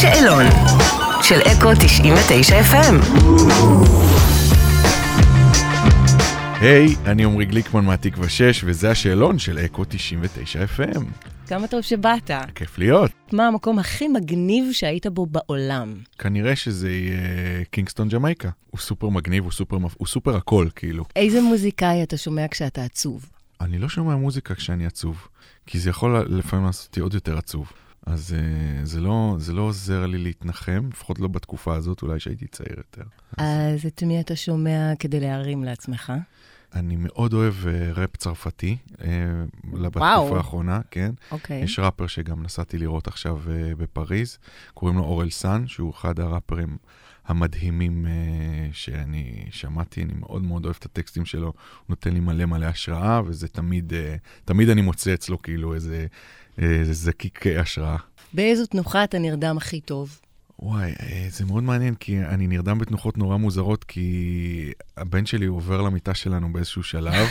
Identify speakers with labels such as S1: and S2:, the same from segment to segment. S1: שאלון של אקו 99 FM.
S2: היי, אני עמרי גליקמן מהתקווה 6, וזה השאלון של אקו 99 FM.
S3: כמה טוב שבאת.
S2: כיף להיות.
S3: מה המקום הכי מגניב שהיית בו בעולם?
S2: כנראה שזה יהיה קינגסטון ג'מייקה. הוא סופר מגניב, הוא סופר, מפ- הוא סופר הכל, כאילו.
S3: איזה מוזיקאי אתה שומע כשאתה עצוב?
S2: אני לא שומע מוזיקה כשאני עצוב, כי זה יכול לפעמים לעשות אותי עוד יותר עצוב. אז uh, זה, לא, זה לא עוזר לי להתנחם, לפחות לא בתקופה הזאת, אולי שהייתי צעיר יותר.
S3: אז את מי אתה שומע כדי להרים לעצמך?
S2: אני מאוד אוהב uh, ראפ צרפתי, uh,
S3: וואו.
S2: בתקופה האחרונה, כן?
S3: אוקיי.
S2: יש ראפר שגם נסעתי לראות עכשיו אה, בפריז, קוראים לו אורל סאן, שהוא אחד הראפרים המדהימים אה, שאני שמעתי, אני מאוד מאוד אוהב את הטקסטים שלו, הוא נותן לי מלא מלא השראה, וזה תמיד, אה, תמיד אני מוצא אצלו כאילו איזה, אה, איזה זקיק אה, השראה.
S3: באיזו תנוחה אתה נרדם הכי טוב?
S2: וואי, אה, זה מאוד מעניין, כי אני נרדם בתנוחות נורא מוזרות, כי הבן שלי עובר למיטה שלנו באיזשהו שלב.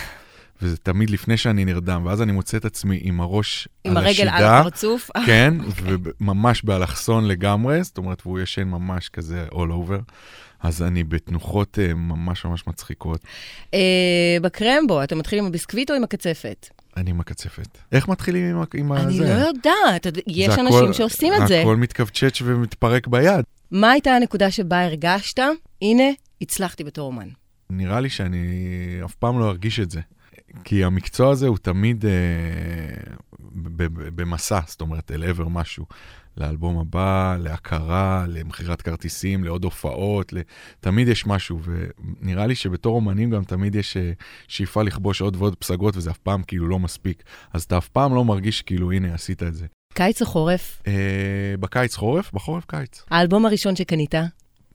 S2: וזה תמיד לפני שאני נרדם, ואז אני מוצא את עצמי עם הראש
S3: עם
S2: על
S3: הרגל
S2: השידה.
S3: על הפרצוף?
S2: כן, וממש באלכסון לגמרי, זאת אומרת, והוא ישן ממש כזה all over. אז אני בתנוחות אה, ממש ממש מצחיקות.
S3: אה, בקרמבו, אתה מתחיל עם הביסקוויט או עם הקצפת?
S2: אני עם הקצפת. איך מתחילים עם, ה- עם
S3: אני
S2: הזה?
S3: לא יודעת, אתה- יש
S2: זה הכל-
S3: אנשים שעושים את זה.
S2: הכל מתכווצ'ץ' ומתפרק ביד.
S3: מה הייתה הנקודה שבה הרגשת? הנה, הצלחתי בתור אומן.
S2: נראה לי שאני אף פעם לא ארגיש את זה. כי המקצוע הזה הוא תמיד אה, ב- ב- במסע, זאת אומרת, אל עבר משהו. לאלבום הבא, להכרה, למכירת כרטיסים, לעוד הופעות, ל... תמיד יש משהו, ונראה לי שבתור אומנים גם תמיד יש אה, שאיפה לכבוש עוד ועוד פסגות, וזה אף פעם כאילו לא מספיק. אז אתה אף פעם לא מרגיש כאילו, הנה, עשית את זה.
S3: קיץ או חורף?
S2: אה, בקיץ חורף, בחורף קיץ.
S3: האלבום הראשון שקנית?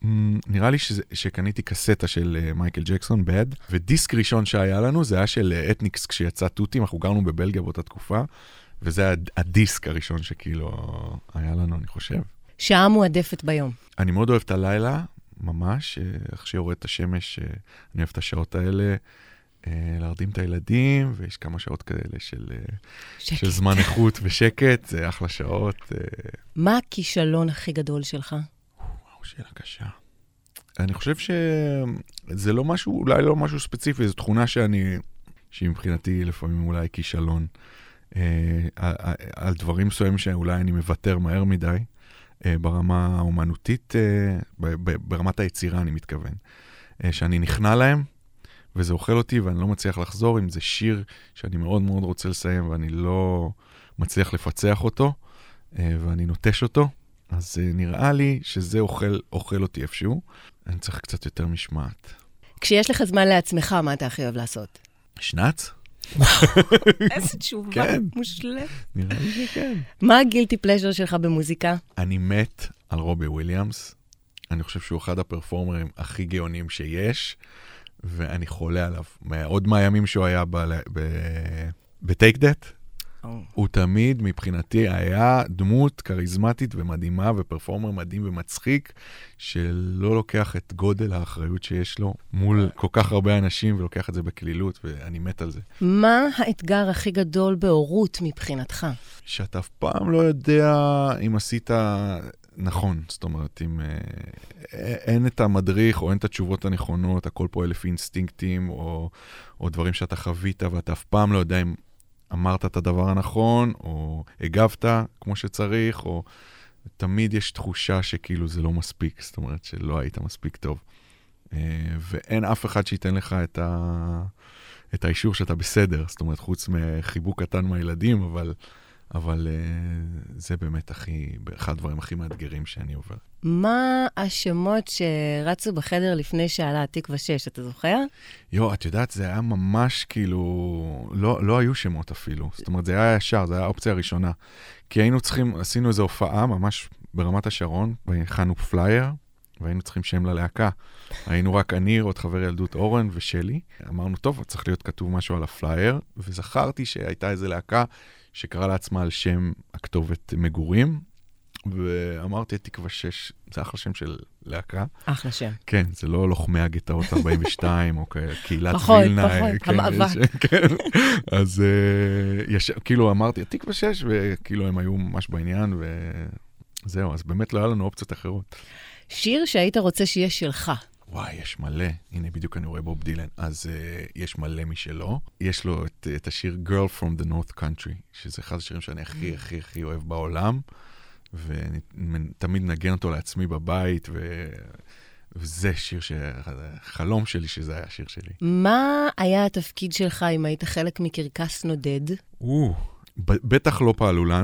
S2: אמ, נראה לי שזה, שקניתי קסטה של אה, מייקל ג'קסון, בד, ודיסק ראשון שהיה לנו זה היה של אה, אתניקס כשיצא תותים, אנחנו גרנו בבלגיה באותה תקופה, וזה היה הד- הדיסק הראשון שכאילו היה לנו, אני חושב.
S3: שעה מועדפת ביום.
S2: אני מאוד אוהב את הלילה, ממש, אה, איך שיורד את השמש, אה, אני אוהב את השעות האלה. אה, להרדים את הילדים, ויש כמה שעות כאלה של, אה,
S3: שקט.
S2: של זמן איכות ושקט, זה אחלה שעות. אה,
S3: מה הכישלון הכי גדול שלך?
S2: וואו, שאלה קשה. אני חושב שזה לא משהו, אולי לא משהו ספציפי, זו תכונה שאני, שהיא מבחינתי לפעמים אולי כישלון. אה, על- על- על דברים מסוימים שאולי אני מוותר מהר מדי, אה, ברמה האומנותית, אה, ב- ב- ברמת היצירה אני מתכוון. אה, שאני נכנע להם, וזה אוכל אותי ואני לא מצליח לחזור, אם זה שיר שאני מאוד מאוד רוצה לסיים ואני לא מצליח לפצח אותו, אה, ואני נוטש אותו, אז אה, נראה לי שזה אוכל, אוכל אותי איפשהו. אני צריך קצת יותר משמעת.
S3: כשיש לך זמן לעצמך, מה אתה הכי אוהב לעשות?
S2: שנץ?
S3: איזה תשובה
S2: כן.
S3: מושלמת.
S2: נראה לי שכן.
S3: מה הגילטי פלז'ר שלך במוזיקה?
S2: אני מת על רובי וויליאמס. אני חושב שהוא אחד הפרפורמרים הכי גאונים שיש, ואני חולה עליו. מה- עוד מהימים שהוא היה בטייק דאט, הוא תמיד מבחינתי היה דמות כריזמטית ומדהימה ופרפורמר מדהים ומצחיק, שלא לוקח את גודל האחריות שיש לו מול כל כך הרבה אנשים ולוקח את זה בקלילות, ואני מת על זה.
S3: מה האתגר הכי גדול בהורות מבחינתך?
S2: שאתה אף פעם לא יודע אם עשית נכון, זאת אומרת, אם אה, אין את המדריך או אין את התשובות הנכונות, הכל פועל לפי אינסטינקטים או, או דברים שאתה חווית, ואתה אף פעם לא יודע אם אמרת את הדבר הנכון, או הגבת כמו שצריך, או תמיד יש תחושה שכאילו זה לא מספיק, זאת אומרת שלא היית מספיק טוב. אה, ואין אף אחד שייתן לך את, ה... את האישור שאתה בסדר, זאת אומרת, חוץ מחיבוק קטן מהילדים, אבל, אבל אה, זה באמת הכי, אחד הדברים הכי מאתגרים שאני עובר.
S3: מה השמות שרצו בחדר לפני שעלה התקווה 6, אתה זוכר?
S2: יואו, את יודעת, זה היה ממש כאילו, לא, לא היו שמות אפילו. זאת אומרת, זה היה ישר, זו הייתה האופציה הראשונה. כי היינו צריכים, עשינו איזו הופעה ממש ברמת השרון, והכנו פלייר, והיינו צריכים שם ללהקה. היינו רק אני, עוד חבר ילדות אורן ושלי. אמרנו, טוב, צריך להיות כתוב משהו על הפלייר, וזכרתי שהייתה איזו להקה שקראה לעצמה על שם הכתובת מגורים, ואמרתי, תקווה 6, זה אחלה שם של להקה.
S3: אחלה שם.
S2: כן, זה לא לוחמי הגטאות 42, או כאלה, קהילת
S3: פחות,
S2: וילנה.
S3: פחות,
S2: כן,
S3: המאבק.
S2: יש- כן, אז אה, יש- כאילו אמרתי, התקווה 6, וכאילו הם היו ממש בעניין, ו... זהו, אז באמת לא היה לנו אופציות אחרות.
S3: שיר שהיית רוצה שיהיה שלך.
S2: וואי, יש מלא. הנה, בדיוק אני רואה בוב דילן. אז uh, יש מלא משלו. יש לו את, את השיר Girl from the North Country, שזה אחד השירים שאני
S3: Mm.
S2: הכי הכי הכי אוהב בעולם, ואני מנ- תמיד מנגן אותו לעצמי בבית, ו... וזה שיר, ש... חלום שלי שזה היה השיר שלי.
S3: מה היה התפקיד שלך אם היית חלק מקרקס נודד?
S2: או, ב- בטח לא פעלולן,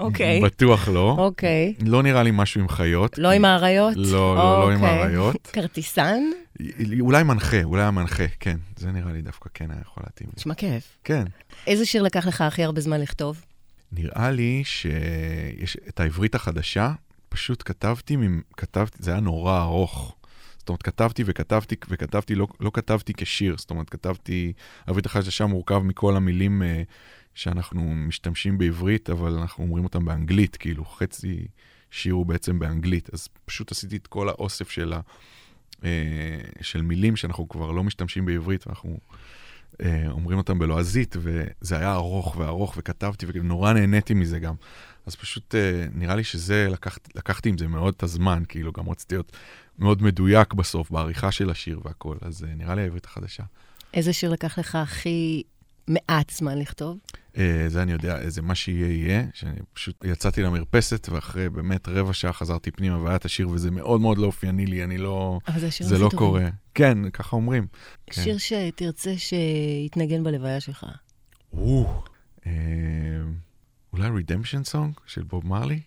S3: אוקיי.
S2: בטוח לא.
S3: אוקיי.
S2: לא נראה לי משהו עם חיות.
S3: לא עם האריות?
S2: לא, לא, לא עם
S3: אוקיי.
S2: האריות.
S3: כרטיסן?
S2: א- אולי מנחה, אולי המנחה, כן. זה נראה לי דווקא כן היה יכול להתאים לי.
S3: תשמע כיף.
S2: כן.
S3: איזה שיר לקח לך הכי הרבה זמן לכתוב?
S2: נראה לי שיש את העברית החדשה, פשוט כתבתי, ממ- כתבתי, זה היה נורא ארוך. זאת אומרת, כתבתי וכתבתי וכתבתי, לא, לא כתבתי כשיר, זאת אומרת, כתבתי, העברית החדשה מורכב מכל המילים אה, שאנחנו משתמשים בעברית, אבל אנחנו אומרים אותם באנגלית, כאילו, חצי שיר הוא בעצם באנגלית. אז פשוט עשיתי את כל האוסף של, ה, אה, של מילים שאנחנו כבר לא משתמשים בעברית, ואנחנו אה, אומרים אותם בלועזית, וזה היה ארוך וארוך, וכתבתי, ונורא נהניתי מזה גם. אז פשוט אה, נראה לי שזה, לקח, לקחתי עם זה מאוד את הזמן, כאילו, גם רציתי להיות מאוד מדויק בסוף, בעריכה של השיר והכל, אז אה, נראה לי העברית החדשה.
S3: איזה שיר לקח לך הכי מעט זמן לכתוב?
S2: אה, זה אני יודע, אה, זה מה שיהיה יהיה, שאני פשוט יצאתי למרפסת, ואחרי באמת רבע שעה חזרתי פנימה והיה את השיר, וזה מאוד מאוד לא אופייני לי, אני לא...
S3: אבל זה השיר
S2: זה לא קורה. כן, ככה אומרים. כן.
S3: שיר שתרצה שיתנגן בלוויה שלך.
S2: או, אה, אולי Redemption Song של בוב מרלי?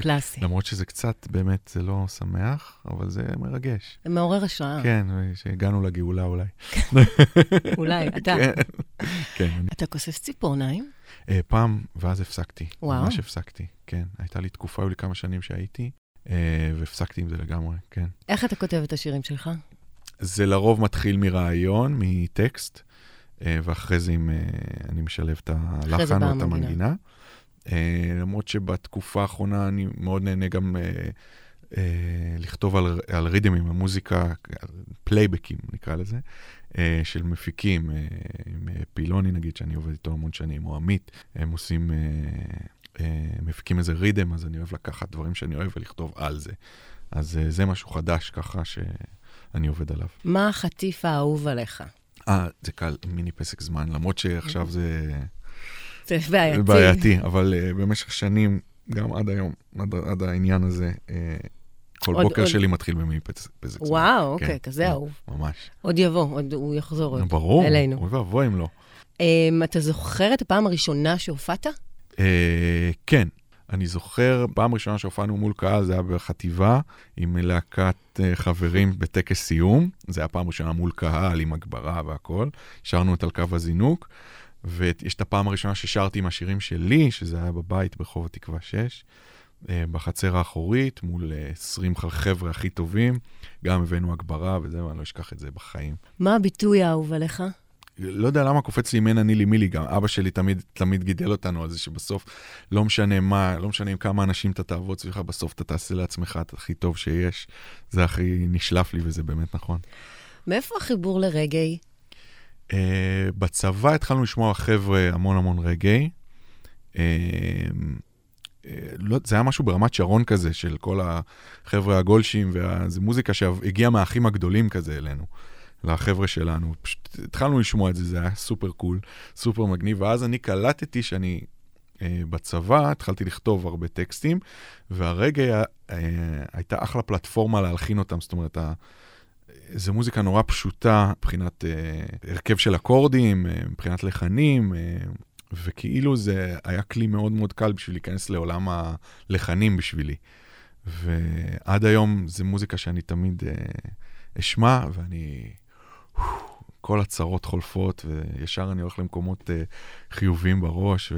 S3: קלאסי.
S2: למרות שזה קצת, באמת, זה לא שמח, אבל זה מרגש.
S3: זה מעורר השראה.
S2: כן, שהגענו לגאולה אולי.
S3: אולי, אתה.
S2: כן. כן. אני-
S3: אתה כוסס ציפורניים?
S2: אה, פעם, ואז הפסקתי.
S3: וואו.
S2: ממש הפסקתי, כן. הייתה לי תקופה, היו לי כמה שנים שהייתי, אה, והפסקתי עם זה לגמרי, כן.
S3: איך אתה כותב את השירים שלך?
S2: זה לרוב מתחיל מרעיון, מטקסט, אה, ואחרי זה עם, אה, אני משלב את
S3: אחרי זה
S2: הלחן
S3: באה
S2: או את
S3: המנגינה.
S2: המנגינה. אה, למרות שבתקופה האחרונה אני מאוד נהנה גם אה, אה, לכתוב על, על רידמים, המוזיקה, על פלייבקים נקרא לזה, אה, של מפיקים, אה, עם אה, פילוני נגיד, שאני עובד איתו המון שנים, או עמית, הם עושים, אה, אה, מפיקים איזה רידם, אז אני אוהב לקחת דברים שאני אוהב ולכתוב על זה. אז אה, זה משהו חדש ככה שאני עובד עליו.
S3: מה החטיף האהוב עליך?
S2: אה, זה קל, מיני פסק זמן, למרות שעכשיו זה
S3: זה בעייתי.
S2: בעייתי, אבל אה, במשך שנים, גם עד היום, עד- עד העניין הזה, אה, כל
S3: עוד-
S2: בוקר
S3: עוד-
S2: שלי מתחיל במיני פס- פסק זמן.
S3: וואו,
S2: כן,
S3: אוקיי, כזה
S2: כן,
S3: אהוב.
S2: ממש.
S3: עוד יבוא, עוד הוא יחזור עוד.
S2: ברור,
S3: אלינו.
S2: אוי ואבוי אם לא.
S3: אמ, אתה זוכר את הפעם הראשונה שהופעת?
S2: אה, כן, אני זוכר, פעם ראשונה שהופענו מול קהל, זה היה בחטיבה, עם להקת אה, חברים בטקס סיום. זה היה פעם ראשונה מול קהל, עם הגברה והכל. שרנו את על קו הזינוק, ויש את הפעם הראשונה ששרתי עם השירים שלי, שזה היה בבית ברחוב התקווה 6. אה, בחצר האחורית, מול אה, 20 חבר'ה הכי טובים, גם הבאנו הגברה וזהו, אני לא אשכח את זה בחיים.
S3: מה הביטוי האהוב עליך?
S2: לא יודע למה קופץ לי מן אני לי מי לי, גם אבא שלי תמיד, תמיד גידל אותנו על זה שבסוף לא משנה מה, לא משנה עם כמה אנשים אתה תעבוד סביבך, בסוף אתה תעשה לעצמך את הכי טוב שיש. זה הכי נשלף לי וזה באמת נכון.
S3: מאיפה החיבור לרגעי?
S2: Uh, בצבא התחלנו לשמוע חבר'ה המון המון רגעי. Uh, uh, לא, זה היה משהו ברמת שרון כזה, של כל החבר'ה הגולשים, וזו מוזיקה שהגיעה מהאחים הגדולים כזה אלינו, לחבר'ה שלנו. פשוט התחלנו לשמוע את זה, זה היה סופר קול, סופר מגניב, ואז אני קלטתי שאני uh, בצבא, התחלתי לכתוב הרבה טקסטים, והרגע uh, הייתה אחלה פלטפורמה להלחין אותם, זאת אומרת, ה- זו מוזיקה נורא פשוטה מבחינת אה, הרכב של אקורדים, אה, מבחינת לחנים, אה, וכאילו זה היה כלי מאוד מאוד קל בשביל להיכנס לעולם הלחנים בשבילי. ועד היום זו מוזיקה שאני תמיד אה, אשמע, ואני... כל הצרות חולפות, וישר אני הולך למקומות אה, חיוביים בראש,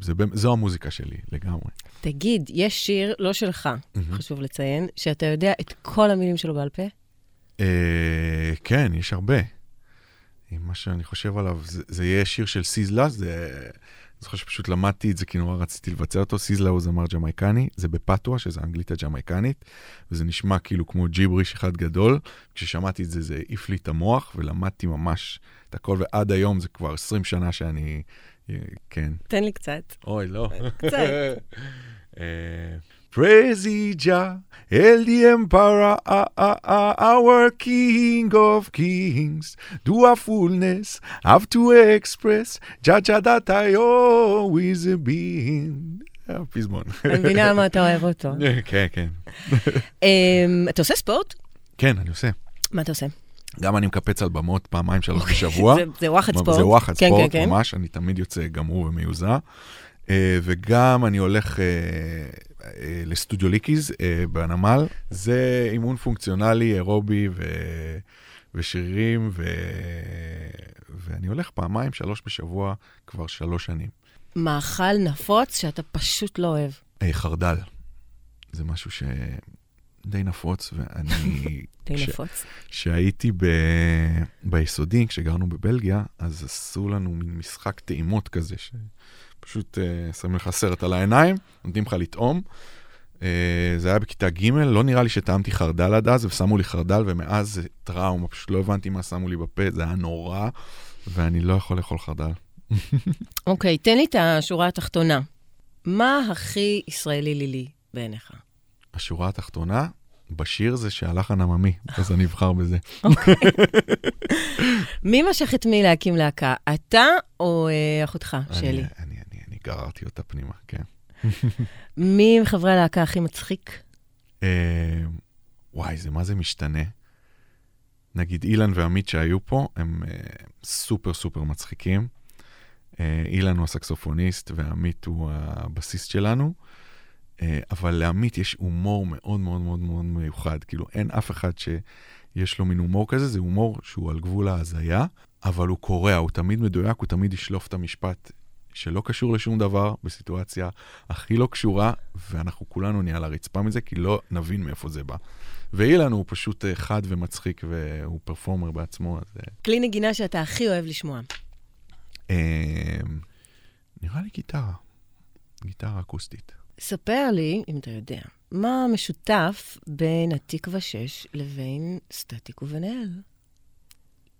S2: וזו המוזיקה שלי לגמרי.
S3: תגיד, יש שיר, לא שלך,
S2: מהמם.
S3: חשוב לציין, שאתה יודע את כל המילים שלו בעל פה?
S2: אה, כן, יש הרבה. עם מה שאני חושב עליו, זה, זה יהיה שיר של סיזלה, זה... אני זוכר שפשוט למדתי את זה כי נורא רציתי לבצע אותו. סיזלה הוא זמר ג'מייקני, זה בפתווה, שזה האנגלית הג'מייקנית, וזה נשמע כאילו כמו ג'יבריש אחד גדול. כששמעתי את זה, זה העיף לי את המוח, ולמדתי ממש את הכל, ועד היום זה כבר 20 שנה שאני... אה, כן.
S3: תן לי קצת.
S2: אוי, לא.
S3: קצת.
S2: אה, Praise Jah, El the Emperor, ah, ah, ah, our King of Kings. Do a fullness, have to express, Jah Jah that I always been. אה, פזמון.
S3: אני מבינה מה אתה אוהב אותו.
S2: כן, כן.
S3: אמ, אתה עושה ספורט?
S2: כן, אני עושה.
S3: מה אתה עושה?
S2: גם אני מקפץ על במות פעמיים שלוש בשבוע.
S3: זה- זה וואחד ספורט.
S2: זה וואחד
S3: כן,
S2: ספורט,
S3: כן, כן.
S2: ממש, אני תמיד יוצא גמור ומיוזע. אה, וגם אני הולך אה, אה, לסטודיו ליקיז אה, בנמל. זה אימון פונקציונלי, אירובי ו... ושרירים, ו... ואני הולך פעמיים, שלוש בשבוע, כבר שלוש שנים.
S3: מאכל נפוץ שאתה פשוט לא אוהב.
S2: אה, חרדל, זה משהו שדי נפוץ, ואני...
S3: די
S2: כש-
S3: נפוץ.
S2: כשהייתי ב... ביסודי, כשגרנו בבלגיה, אז עשו לנו מין משחק טעימות כזה, שפשוט uh, שמים לך סרט על העיניים, נותנים לך לטעום. Uh, זה היה בכיתה ג', לא נראה לי שטעמתי חרדל עד אז, ושמו לי חרדל, ומאז זה טראומה, פשוט לא הבנתי מה שמו לי בפה, זה היה נורא, ואני לא יכול לאכול חרדל.
S3: אוקיי, תן לי את השורה התחתונה. מה הכי ישראלי לילי בעיניך?
S2: השורה התחתונה, בשיר זה שהלחן עממי, אז אני אבחר בזה.
S3: מי משך את מי להקים להקה? אתה או אה, אחותך, שלי?
S2: אני, אני, אני, אני גררתי אותה פנימה, כן.
S3: מי מחברי הלהקה הכי מצחיק?
S2: אה, וואי, זה מה זה משתנה. נגיד אילן ועמית שהיו פה, הם אה, סופר סופר מצחיקים. אה, אילן הוא הסקסופוניסט ועמית הוא הבסיסט שלנו, אה, אבל לעמית יש הומור מאוד מאוד מאוד מאוד מיוחד. כאילו, אין אף אחד שיש לו מין הומור כזה, זה הומור שהוא על גבול ההזיה, אבל הוא קורע, הוא תמיד מדויק, הוא תמיד ישלוף את המשפט שלא קשור לשום דבר, בסיטואציה הכי לא קשורה, ואנחנו כולנו נהיה על הרצפה מזה, כי לא נבין מאיפה זה בא. ואילן הוא פשוט אה, חד ומצחיק, והוא פרפורמר בעצמו, אז... אה,
S3: כלי נגינה שאתה הכי אוהב לשמוע.
S2: אמ, נראה לי גיטרה, גיטרה אקוסטית.
S3: ספר לי, אם אתה יודע, מה המשותף בין התקווה 6 לבין סטטיק ובן-אל?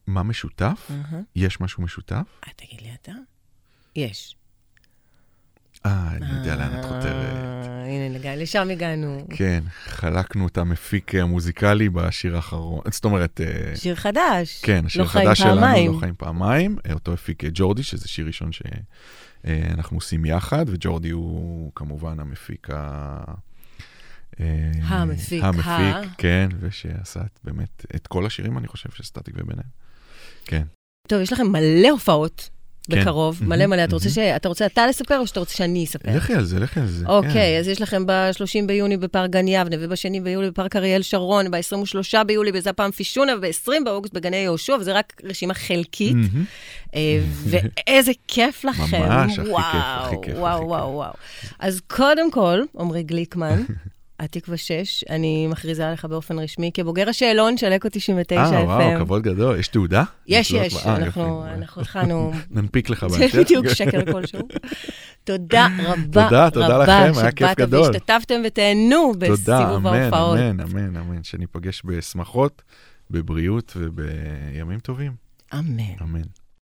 S2: מה משותף?
S3: אהה.
S2: יש משהו משותף?
S3: אה, תגיד לי אתה. יש.
S2: אה, אני יודע לאן את
S3: אה,
S2: חותרת.
S3: הנה, לג- לשם הגענו.
S2: כן, חלקנו את המפיק המוזיקלי בשיר האחרון. זאת אומרת, אה,
S3: שיר חדש.
S2: כן, השיר
S3: לא חיים
S2: החדש שלנו,
S3: פעמיים.
S2: לא חיים פעמיים. אה, אותו הפיק אה, ג'ורדי, שזה שיר ראשון שאנחנו עושים יחד, וג'ורדי הוא כמובן המפיק ה... אה,
S3: המפיק, ה-
S2: המפיק, כן, ושעשה את- באמת את כל השירים, אני חושב, של סטטיק וביניהם. כן.
S3: טוב, יש לכם מלא הופעות
S2: כן.
S3: בקרוב, מלא
S2: מהמם,
S3: מלא. אתה רוצה
S2: מהמם.
S3: ש- אתה רוצה אתה לספר או שאתה רוצה שאני אספר?
S2: לכי על זה, לכי על זה.
S3: כן. אוקיי,
S2: כן.
S3: אז יש לכם ב-30 ביוני בפארק גן יבנה, וב-2 ביולי בפארק אריאל שרון, ב-23 ביולי בזפעם פישונה, וב-20 באוגוסט בגני יהושע, וזה רק רשימה חלקית.
S2: כן. מהמם.
S3: אה, ואיזה כיף לכם.
S2: ממש, הכי כיף,
S3: וואו,
S2: הכי כיף, הכי
S3: וואו,
S2: כיף.
S3: וואו, וואו. אז קודם כל, עמרי גליקמן, התקווה 6, אני מכריזה עליך באופן רשמי כבוגר השאלון של אקו 99 FM.
S2: אה, וואו, כבוד גדול. יש תעודה?
S3: יש,
S2: לא-
S3: יש,
S2: אה,
S3: אנחנו
S2: יופי.
S3: אנחנו הכנו
S2: ננפיק לך
S3: זה
S2: בהמשך.
S3: בדיוק שקר כלשהו. תודה רבה,
S2: תודה, תודה
S3: רבה
S2: לכם, היה כיף
S3: שבאת
S2: גדול.
S3: והשתתפתם ותהנו
S2: תודה,
S3: בסיבוב
S2: אמן,
S3: ההופעות.
S2: אמן, אמן, אמן. שניפגש בשמחות, בבריאות ובימים טובים.
S3: אמן.
S2: אמן.